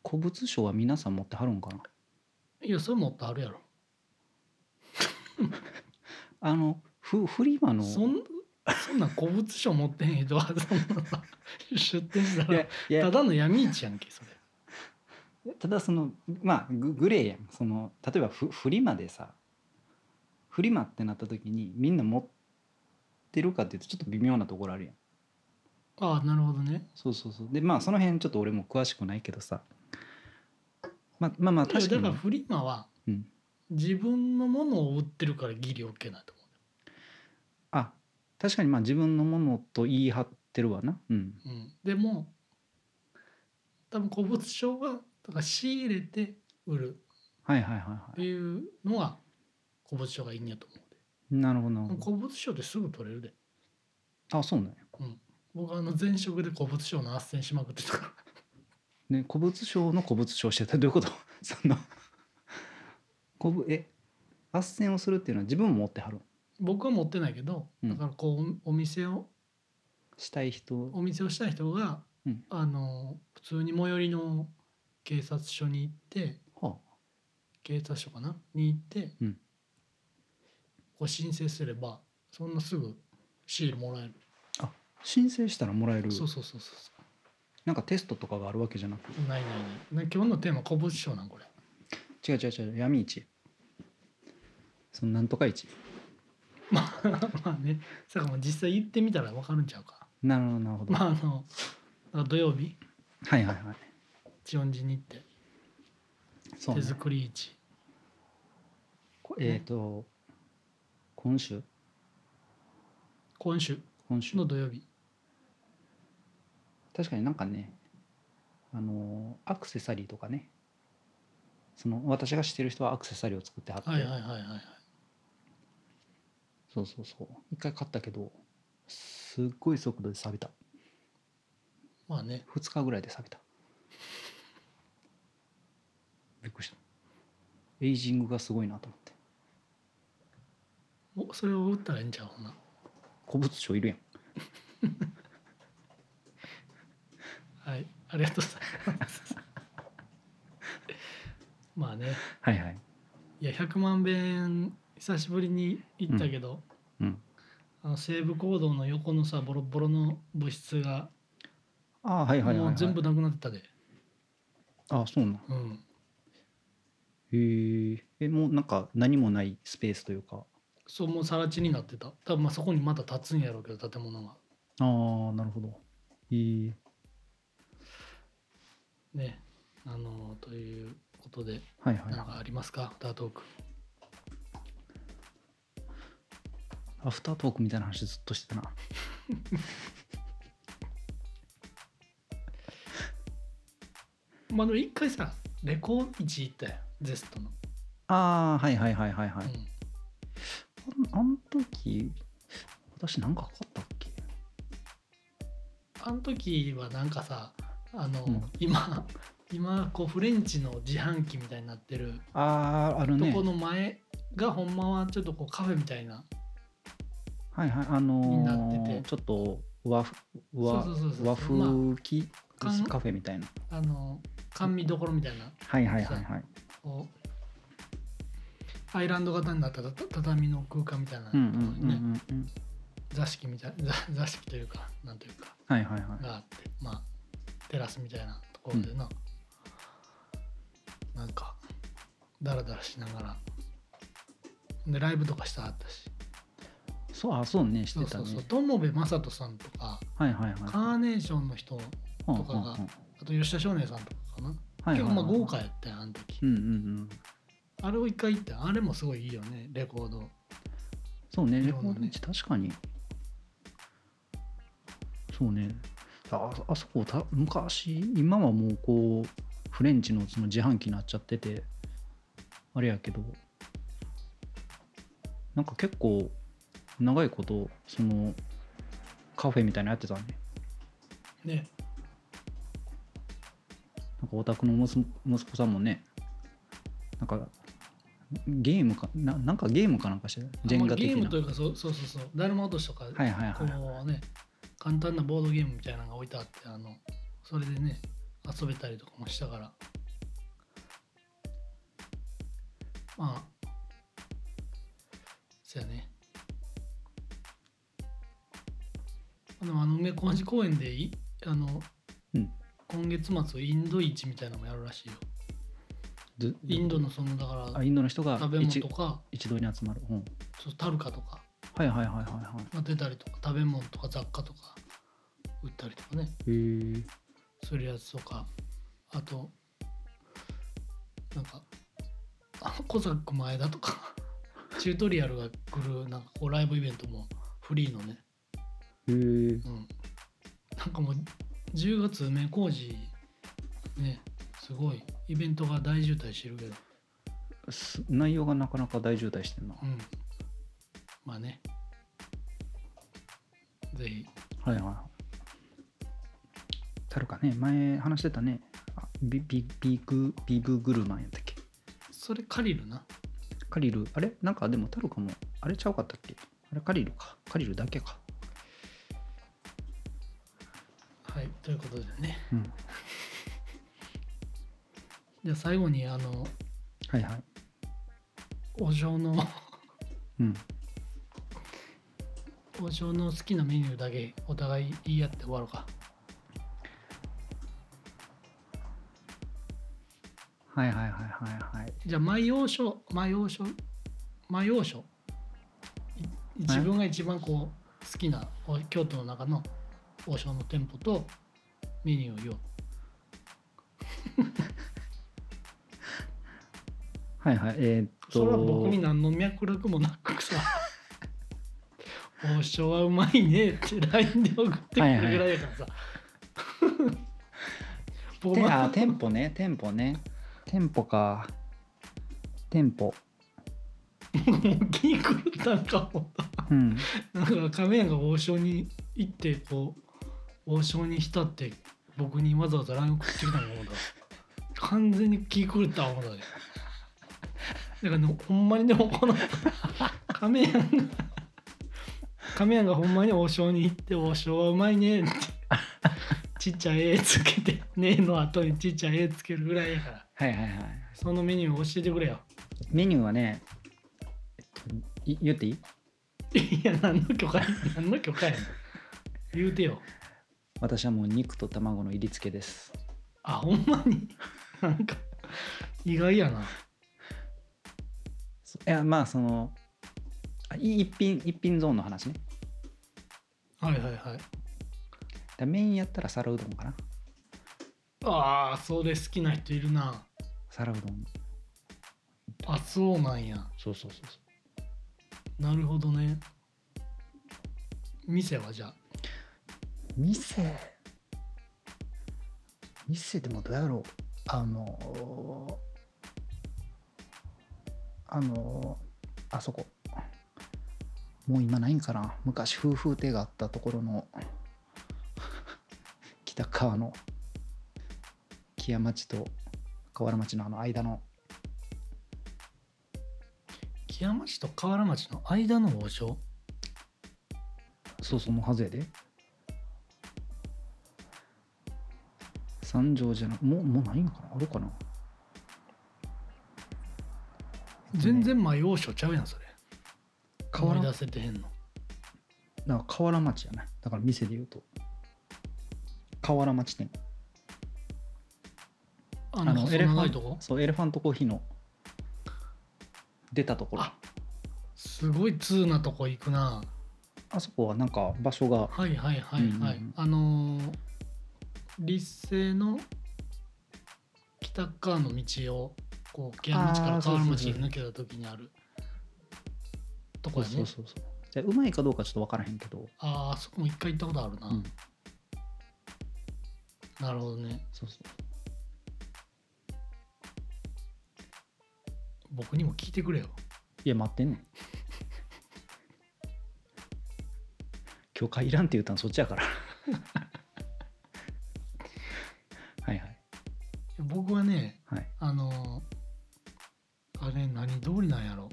[SPEAKER 1] 古物商は皆さん持ってはるんかない
[SPEAKER 2] やそれもっとあるやろ
[SPEAKER 1] あのフフリマの
[SPEAKER 2] そん そんなん古物商持ってへん人は そんなさ出店し
[SPEAKER 1] い
[SPEAKER 2] た
[SPEAKER 1] や
[SPEAKER 2] ら
[SPEAKER 1] いや
[SPEAKER 2] ただの闇市やんけそれ
[SPEAKER 1] ただそのまあググレーやんその例えばフフリマでさフリマってなった時にみんな持ってるかっていうとちょっと微妙なところあるやん
[SPEAKER 2] ああなるほどね
[SPEAKER 1] そうそうそうでまあその辺ちょっと俺も詳しくないけどさまあまあまあ
[SPEAKER 2] いや
[SPEAKER 1] 確か
[SPEAKER 2] だ
[SPEAKER 1] に
[SPEAKER 2] から
[SPEAKER 1] ね
[SPEAKER 2] フリマは
[SPEAKER 1] うん
[SPEAKER 2] 自分のものを売ってるからギリ OK なと
[SPEAKER 1] あ確かにまあ自分のものと言い張ってるわなうん
[SPEAKER 2] 思う、うん、でも多分古物商はだから仕入れて売る
[SPEAKER 1] はいはいはい
[SPEAKER 2] っ
[SPEAKER 1] は
[SPEAKER 2] ていうのは古物商がいいんやと思う
[SPEAKER 1] いなるほどなる
[SPEAKER 2] で
[SPEAKER 1] ほ
[SPEAKER 2] も
[SPEAKER 1] ど
[SPEAKER 2] 古物商ってすぐ取れるで
[SPEAKER 1] あそうなんや
[SPEAKER 2] 僕あの前職で古物商の斡旋しまくってたから
[SPEAKER 1] ね古物商の古物商してたどういうこと その古物え斡旋をするっていうのは自分も持ってはる
[SPEAKER 2] 僕は持ってないけど
[SPEAKER 1] うん
[SPEAKER 2] だからこうお店を
[SPEAKER 1] したい人
[SPEAKER 2] お店をしたい人が、
[SPEAKER 1] うん
[SPEAKER 2] あの普通に最寄りの警察署に行って
[SPEAKER 1] は
[SPEAKER 2] 警察署かなに行って、
[SPEAKER 1] うん
[SPEAKER 2] こを申請すればそんなすぐシールもらえる、
[SPEAKER 1] 申請したらもらえる
[SPEAKER 2] そうそうそうそうそ
[SPEAKER 1] なんかテストとかがあるわけじゃなく
[SPEAKER 2] うないないないな今日のテーマ古物商なんこれ
[SPEAKER 1] 違う違う違う闇市そのなんとか市
[SPEAKER 2] まあまあねさかも実際行ってみたら分かるんちゃうか
[SPEAKER 1] なるほどなるほど、
[SPEAKER 2] まああのなんか土曜日
[SPEAKER 1] はいはいはい
[SPEAKER 2] 千音寺に行って
[SPEAKER 1] そう、
[SPEAKER 2] 手
[SPEAKER 1] ね、
[SPEAKER 2] 作り市
[SPEAKER 1] こえっ、と今週
[SPEAKER 2] 今週
[SPEAKER 1] 今週
[SPEAKER 2] の土曜日
[SPEAKER 1] 確かになんかねあのーアクセサリーとかねその私が知ってる人はアクセサリーを作ってはって、
[SPEAKER 2] はいはいはいはいはい
[SPEAKER 1] そうそうそう一回買ったけどすっごい速度で錆びた
[SPEAKER 2] まあね
[SPEAKER 1] 2日ぐらいで錆び たびっくりしたエイジングがすごいなと思って
[SPEAKER 2] おそれを打ったらええんちゃうほな
[SPEAKER 1] 古物商いるやん
[SPEAKER 2] はいありがとうございます まあね
[SPEAKER 1] はいはい
[SPEAKER 2] いや100万遍久しぶりに行ったけど、
[SPEAKER 1] うん
[SPEAKER 2] あの西武講堂の横のさボロボロの部室が
[SPEAKER 1] ああはいはいはい、はい、
[SPEAKER 2] もう全部なくなってたで、
[SPEAKER 1] ああそうなん
[SPEAKER 2] うん
[SPEAKER 1] へええもうなんか何もないスペースというか
[SPEAKER 2] そうもう更地になってた多分まあそこにまた立つんやろうけど建物が
[SPEAKER 1] ああなるほどへえ
[SPEAKER 2] ねあのということで
[SPEAKER 1] はいはい
[SPEAKER 2] 何かありますかアフタートーク
[SPEAKER 1] アフタートークみたいな話ずっとしてたな
[SPEAKER 2] まあでも一回さレコー1行ったやんゼストの、
[SPEAKER 1] ああはいはいはいはいはい、
[SPEAKER 2] うん
[SPEAKER 1] あんあん時私なんかかかったっけ
[SPEAKER 2] あの時はなんかさあの、
[SPEAKER 1] うん
[SPEAKER 2] 今今こうフレンチの自販機みたいになってる
[SPEAKER 1] ああある
[SPEAKER 2] と
[SPEAKER 1] ね
[SPEAKER 2] この前がほんまはちょっとこうカフェみたいな
[SPEAKER 1] はいはいあ
[SPEAKER 2] に
[SPEAKER 1] の
[SPEAKER 2] なってて
[SPEAKER 1] ー、ちょっと和風和
[SPEAKER 2] そうそうそうそう
[SPEAKER 1] 和風き、
[SPEAKER 2] まあ
[SPEAKER 1] カフェみたいな
[SPEAKER 2] あの甘味どころみたいな
[SPEAKER 1] はいはいはいはい
[SPEAKER 2] こうアイランド型になったたた畳の空間みたいな
[SPEAKER 1] う
[SPEAKER 2] とこ
[SPEAKER 1] ん
[SPEAKER 2] ろ
[SPEAKER 1] う
[SPEAKER 2] にね、
[SPEAKER 1] んうんうんうん
[SPEAKER 2] 座敷みたい座座敷というかなんというか
[SPEAKER 1] はいはいはい
[SPEAKER 2] があってまあテラスみたいなところでな、なんかダラダラしながらでライブとかしたかったし
[SPEAKER 1] そうあそうねし
[SPEAKER 2] そう
[SPEAKER 1] てた
[SPEAKER 2] そ
[SPEAKER 1] ね
[SPEAKER 2] うそう友部雅人さんとか
[SPEAKER 1] はいはいはい
[SPEAKER 2] カーネーションの人
[SPEAKER 1] うん
[SPEAKER 2] とかが
[SPEAKER 1] うんうん
[SPEAKER 2] あと吉田少年さんとかかな、
[SPEAKER 1] はいはい
[SPEAKER 2] 結
[SPEAKER 1] は
[SPEAKER 2] 構
[SPEAKER 1] い
[SPEAKER 2] まあ豪華やったよあの時、
[SPEAKER 1] うんうんうん
[SPEAKER 2] あれを一回行ったあれもすごいいいよねレコード
[SPEAKER 1] そうね、
[SPEAKER 2] い
[SPEAKER 1] レ
[SPEAKER 2] ろ
[SPEAKER 1] コ
[SPEAKER 2] んなね
[SPEAKER 1] ード市確かに。そうね。ああそこた昔、今はもうこう、フレンチのその自販機になっちゃってて、あれやけど、なんか結構、長いこと、その、カフェみたいなのやってたね。
[SPEAKER 2] ね
[SPEAKER 1] なんかお宅の息息子さんもね、なんか、ゲームか、ななんかゲームかなんかしてたジェン
[SPEAKER 2] ま
[SPEAKER 1] ガ
[SPEAKER 2] あゲ
[SPEAKER 1] 的
[SPEAKER 2] ーム
[SPEAKER 1] な
[SPEAKER 2] と。いうかそうそうそうそうだるま落としとか、
[SPEAKER 1] はいはいはい。
[SPEAKER 2] こうね簡単なボードゲームみたいなのが置いてあってあのそれでね遊べたりとかもしたからまあそやねでもあの梅小路公園でいあの、
[SPEAKER 1] うん
[SPEAKER 2] 今月末インド市みたいなのもやるらしいよ
[SPEAKER 1] ず
[SPEAKER 2] インドのそのだか
[SPEAKER 1] あ
[SPEAKER 2] ら
[SPEAKER 1] インドの人が
[SPEAKER 2] 食べ物
[SPEAKER 1] 一
[SPEAKER 2] とか
[SPEAKER 1] 一堂に集まる、うん、
[SPEAKER 2] そうタルカとか
[SPEAKER 1] はいはいはいはいはい
[SPEAKER 2] が出たりとか食べ物とか雑貨とか売ったりとかね
[SPEAKER 1] へえ
[SPEAKER 2] するやつとかあとなんか あコザック前田とかチュートリアルが来るなんかこうライブイベントもフリーのね、
[SPEAKER 1] へえ
[SPEAKER 2] うん、なんかもう10月梅工事ねすごいイベントが大渋滞してるけど
[SPEAKER 1] す内容がなかなか大渋滞してんな、
[SPEAKER 2] うんまあねぜひ
[SPEAKER 1] はいはいはいタルカね前話してたねあビビビグビググルマンやったっけ
[SPEAKER 2] それ借りるな
[SPEAKER 1] カリルあれなんかでもタルカもあれちゃうかったっけあれカリルかカリルだけか
[SPEAKER 2] はいということでね
[SPEAKER 1] うん
[SPEAKER 2] じゃあ最後にあの
[SPEAKER 1] はいはい
[SPEAKER 2] お嬢の
[SPEAKER 1] うん
[SPEAKER 2] 王将の好きなメニューだけお互い言い合って終わろうか
[SPEAKER 1] はいはいはいはいはい
[SPEAKER 2] じゃあ前王将前王将前王将い自分が一番こう好きなお京都の中の王将の店舗とメニューを言お
[SPEAKER 1] は
[SPEAKER 2] う
[SPEAKER 1] いはいえーっと
[SPEAKER 2] それは僕に何の脈絡もなくさ 王将はうまいねって LINE で送ってくるぐらいやからさ 僕
[SPEAKER 1] て
[SPEAKER 2] は
[SPEAKER 1] あ店舗ね店舗ね店舗か店舗
[SPEAKER 2] もう気に狂ったんかも
[SPEAKER 1] うん
[SPEAKER 2] なんか亀屋が王将に行ってこう王将に浸って僕にわざわざ LINE 送ってきたのかと思った完全に気狂った思ったでだからねほんまにでもこの亀屋が亀屋がほんまに王将に行って王将はうまいねってちっちゃい A つけて「ねえ」の後にちっちゃい A つけるぐらいやから
[SPEAKER 1] はいはいはい
[SPEAKER 2] そのメニュー教えてくれよ
[SPEAKER 1] メニューはね、えっと、い言っていい
[SPEAKER 2] いや何の許可何の許可やねん言うてよ
[SPEAKER 1] 私はもう肉と卵の入り付けです
[SPEAKER 2] あほんまに なんか意外やな
[SPEAKER 1] そいやまあそのあい一品一品ゾーンの話ね
[SPEAKER 2] はいはいはい
[SPEAKER 1] だメインやったら皿うどんかな
[SPEAKER 2] ああそれ好きな人いるな
[SPEAKER 1] 皿うどん
[SPEAKER 2] あそうなんや
[SPEAKER 1] そうそうそうそ
[SPEAKER 2] なるほどね店はじゃあ
[SPEAKER 1] う店店でもどうやろうあのあのあそこもう今ないんかな昔夫婦亭があったところの 北川の木屋町と河原町のあの間の
[SPEAKER 2] 木屋町と河原町の間の王将
[SPEAKER 1] そうそうのはずやで三条じゃなもうもうないんかなあるかな
[SPEAKER 2] 全然前王将ちゃうやんそれ
[SPEAKER 1] 河
[SPEAKER 2] 思い
[SPEAKER 1] 原だ
[SPEAKER 2] 出
[SPEAKER 1] か
[SPEAKER 2] せてへんの
[SPEAKER 1] ら河原町やないだから店で言うと河原町店
[SPEAKER 2] あの細
[SPEAKER 1] エレフ
[SPEAKER 2] 長
[SPEAKER 1] ァ
[SPEAKER 2] い
[SPEAKER 1] ン
[SPEAKER 2] とこ
[SPEAKER 1] トそうエレファントコーヒーの出たところ
[SPEAKER 2] あすごい通なとこ行くな
[SPEAKER 1] あそこはなんか場所が
[SPEAKER 2] はいはいはいはい、
[SPEAKER 1] うんうんうん
[SPEAKER 2] あのー立成の北側の道をこう木屋町から
[SPEAKER 1] あーそう
[SPEAKER 2] 河
[SPEAKER 1] そうそ
[SPEAKER 2] 原
[SPEAKER 1] う
[SPEAKER 2] 町に抜けた時にあるとこ
[SPEAKER 1] そう
[SPEAKER 2] やね
[SPEAKER 1] そうそうそうじゃあうまいかどうかちょっと分からへんけど、
[SPEAKER 2] あーあそこも一回行ったことあるな、
[SPEAKER 1] うん、
[SPEAKER 2] なるほどね
[SPEAKER 1] そうそう
[SPEAKER 2] 僕にも聞いてくれよ
[SPEAKER 1] いや待ってんねん今日帰らんって言ったのそっちやから はいはい
[SPEAKER 2] 僕はね
[SPEAKER 1] はい
[SPEAKER 2] あのーあれ何通りなんやろ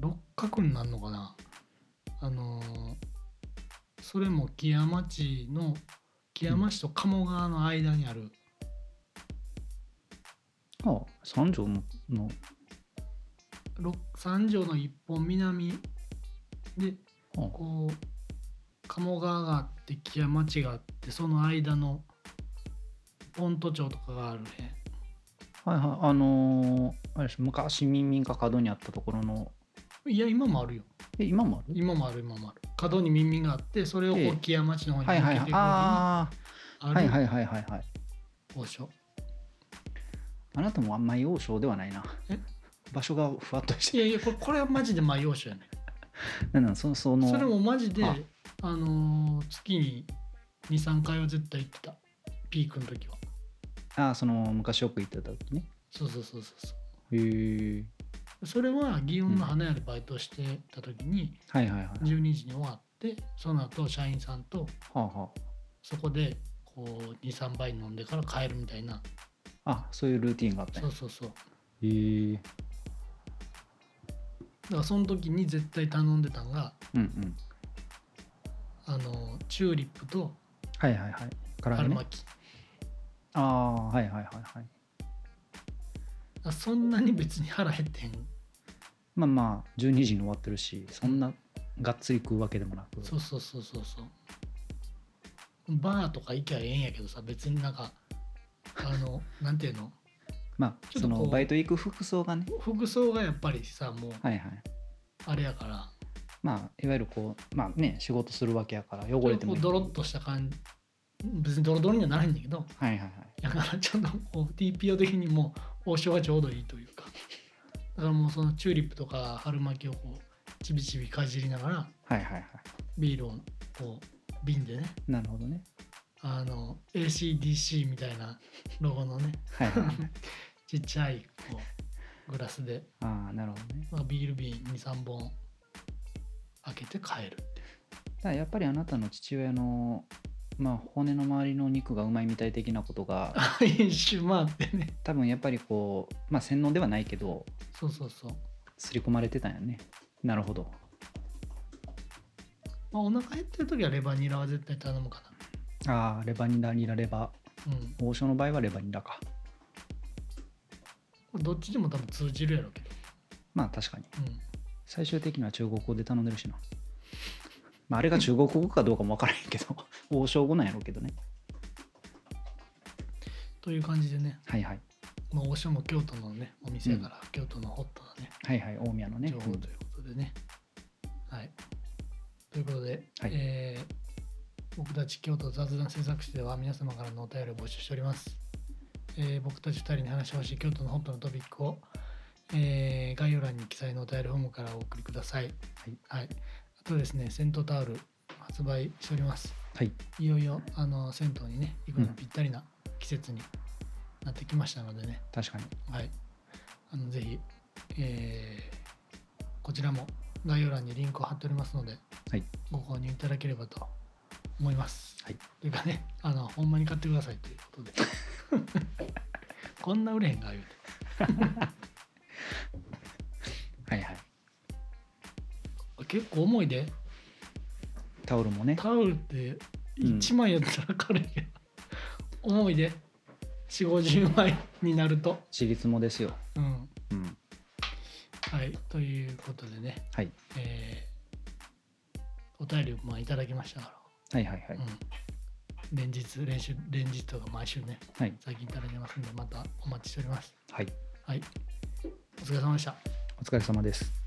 [SPEAKER 2] 六角になるのかなあのーそれも木屋町の木屋町と鴨川の間にある、
[SPEAKER 1] ああ三条のの
[SPEAKER 2] 六三条の一本南で
[SPEAKER 1] ああ
[SPEAKER 2] こう鴨川があって木屋町があってその間のポント町とかがあるね
[SPEAKER 1] はいはいあのーあれでしょ昔民民家角にあったところの
[SPEAKER 2] いや今もあるよ
[SPEAKER 1] え今もある
[SPEAKER 2] 今もある今もある角に耳があってそれをこ
[SPEAKER 1] ええ
[SPEAKER 2] う木屋町の方に
[SPEAKER 1] はい
[SPEAKER 2] 抜
[SPEAKER 1] はい
[SPEAKER 2] け
[SPEAKER 1] はい
[SPEAKER 2] ていく方
[SPEAKER 1] ああ
[SPEAKER 2] に
[SPEAKER 1] はいは
[SPEAKER 2] ある
[SPEAKER 1] いはいはいはい
[SPEAKER 2] 王将
[SPEAKER 1] あなたもあんまり王将ではないな
[SPEAKER 2] え
[SPEAKER 1] 場所がふわっとし
[SPEAKER 2] い
[SPEAKER 1] て
[SPEAKER 2] やいやこれこれはマジでまあ要所やね
[SPEAKER 1] なんなんそその
[SPEAKER 2] それもマジで
[SPEAKER 1] あ
[SPEAKER 2] あのー月に23回は絶対行ってたピークの時は
[SPEAKER 1] ああその昔よく行ってた時ね
[SPEAKER 2] そうそうそうそうそ
[SPEAKER 1] へえ
[SPEAKER 2] うそれは祇園の花屋でバイトしてた時に、
[SPEAKER 1] はいはいはい
[SPEAKER 2] 12時に終わってその後社員さんと
[SPEAKER 1] はあは
[SPEAKER 2] そこでこう23杯飲んでから帰るみたいな
[SPEAKER 1] ああそういうルーティンがあったん
[SPEAKER 2] そ
[SPEAKER 1] や
[SPEAKER 2] うそうそうだ
[SPEAKER 1] へえ
[SPEAKER 2] からその時に絶対頼んでたんが
[SPEAKER 1] うんうん
[SPEAKER 2] あのチューリップと
[SPEAKER 1] はいはいはいから
[SPEAKER 2] 春
[SPEAKER 1] ね
[SPEAKER 2] 巻き、
[SPEAKER 1] ああはいはいはいはい
[SPEAKER 2] あそんなに別に腹減ってへん
[SPEAKER 1] まあまあ12時に終わってるしそんながっつり食うわけでもなく
[SPEAKER 2] そうそうそうそうそうバーとか行きゃええんやけどさ別になんかあの なんていうの
[SPEAKER 1] ま
[SPEAKER 2] ち
[SPEAKER 1] あ
[SPEAKER 2] ょ
[SPEAKER 1] そ
[SPEAKER 2] っとこう
[SPEAKER 1] のバイト行く服装がね
[SPEAKER 2] 服装がやっぱりさもう
[SPEAKER 1] はいはい
[SPEAKER 2] あれやから
[SPEAKER 1] まあいわゆるこうまあね仕事するわけやから汚れても
[SPEAKER 2] こうドロッとした感じ別にドロドロにはならへんねんけど
[SPEAKER 1] はいはいはい
[SPEAKER 2] だからちゃんとこう TPO 的にもう王将がちょうどいいというかだからもうそのチューリップとか春巻きをこうちびちびかじりながら
[SPEAKER 1] はいはいはい
[SPEAKER 2] ビールをこう瓶でね
[SPEAKER 1] なるほどね
[SPEAKER 2] あの ACDC みたいなロゴのね
[SPEAKER 1] はいはい はい
[SPEAKER 2] ちっちゃいこうグラスで、
[SPEAKER 1] ああなるほどね
[SPEAKER 2] まあ、ビール瓶23本開けて帰る
[SPEAKER 1] だからやっぱりあなたの父親のまあ骨の周りの肉がうまいみたい的なことが
[SPEAKER 2] ああいう週回ってね
[SPEAKER 1] 多分やっぱりこうまあ洗脳ではないけど
[SPEAKER 2] そうそうそう、
[SPEAKER 1] 刷り込まれてたんやねなるほど
[SPEAKER 2] まあ、お腹減ってる時はレバニラは絶対頼むか
[SPEAKER 1] ああレバニラニラレバ
[SPEAKER 2] なうん
[SPEAKER 1] 王将の場合はレバニラか
[SPEAKER 2] これどっちでも多分通じるやろうけど
[SPEAKER 1] まあ確かに
[SPEAKER 2] うん
[SPEAKER 1] 最終的には中国語で頼んでるしな、まあ、あれが中国語かどうかもわからへんけど 王将語なんやろうけどね
[SPEAKER 2] という感じでね、
[SPEAKER 1] はいはい
[SPEAKER 2] まあ、おしも京都のねお店やから、京都のホットなね
[SPEAKER 1] はいはい大宮のね
[SPEAKER 2] 情報ということでね、はいということで、
[SPEAKER 1] はい
[SPEAKER 2] えー僕たち京都雑談制作室では皆様からのお便りを募集しております、えー僕たち2人に話してほしい京都のホットのトピックを、えー概要欄に記載のお便りフォームからお送りくださいはい、あとですね銭湯タオル発売しております
[SPEAKER 1] はい
[SPEAKER 2] いよいよあの銭湯にね行くのにぴったりな季節になってきましたのでね、
[SPEAKER 1] 確かに
[SPEAKER 2] はい。あのぜひ、えーこちらも概要欄にリンクを貼っておりますので、
[SPEAKER 1] はい
[SPEAKER 2] ご購入いただければと思います。
[SPEAKER 1] はい
[SPEAKER 2] というかね、 あの、ほんまに買ってくださいということで。 こんな売れへんが言うて。
[SPEAKER 1] はいはい
[SPEAKER 2] 結構重いで。
[SPEAKER 1] タオルもね
[SPEAKER 2] タオルって1枚やったら軽いけど、重いで。4、50枚になると。
[SPEAKER 1] ちりつもですよ
[SPEAKER 2] うん。
[SPEAKER 1] うん
[SPEAKER 2] はい。ということでね、
[SPEAKER 1] はい
[SPEAKER 2] えーお便りまあいただきましたから。
[SPEAKER 1] はいはいはい、
[SPEAKER 2] うん、連日練習連日とか毎週ね
[SPEAKER 1] はい
[SPEAKER 2] 最近いただいてますんでまたお待ちしております
[SPEAKER 1] はい
[SPEAKER 2] はいお疲れ様でした
[SPEAKER 1] お疲れ様です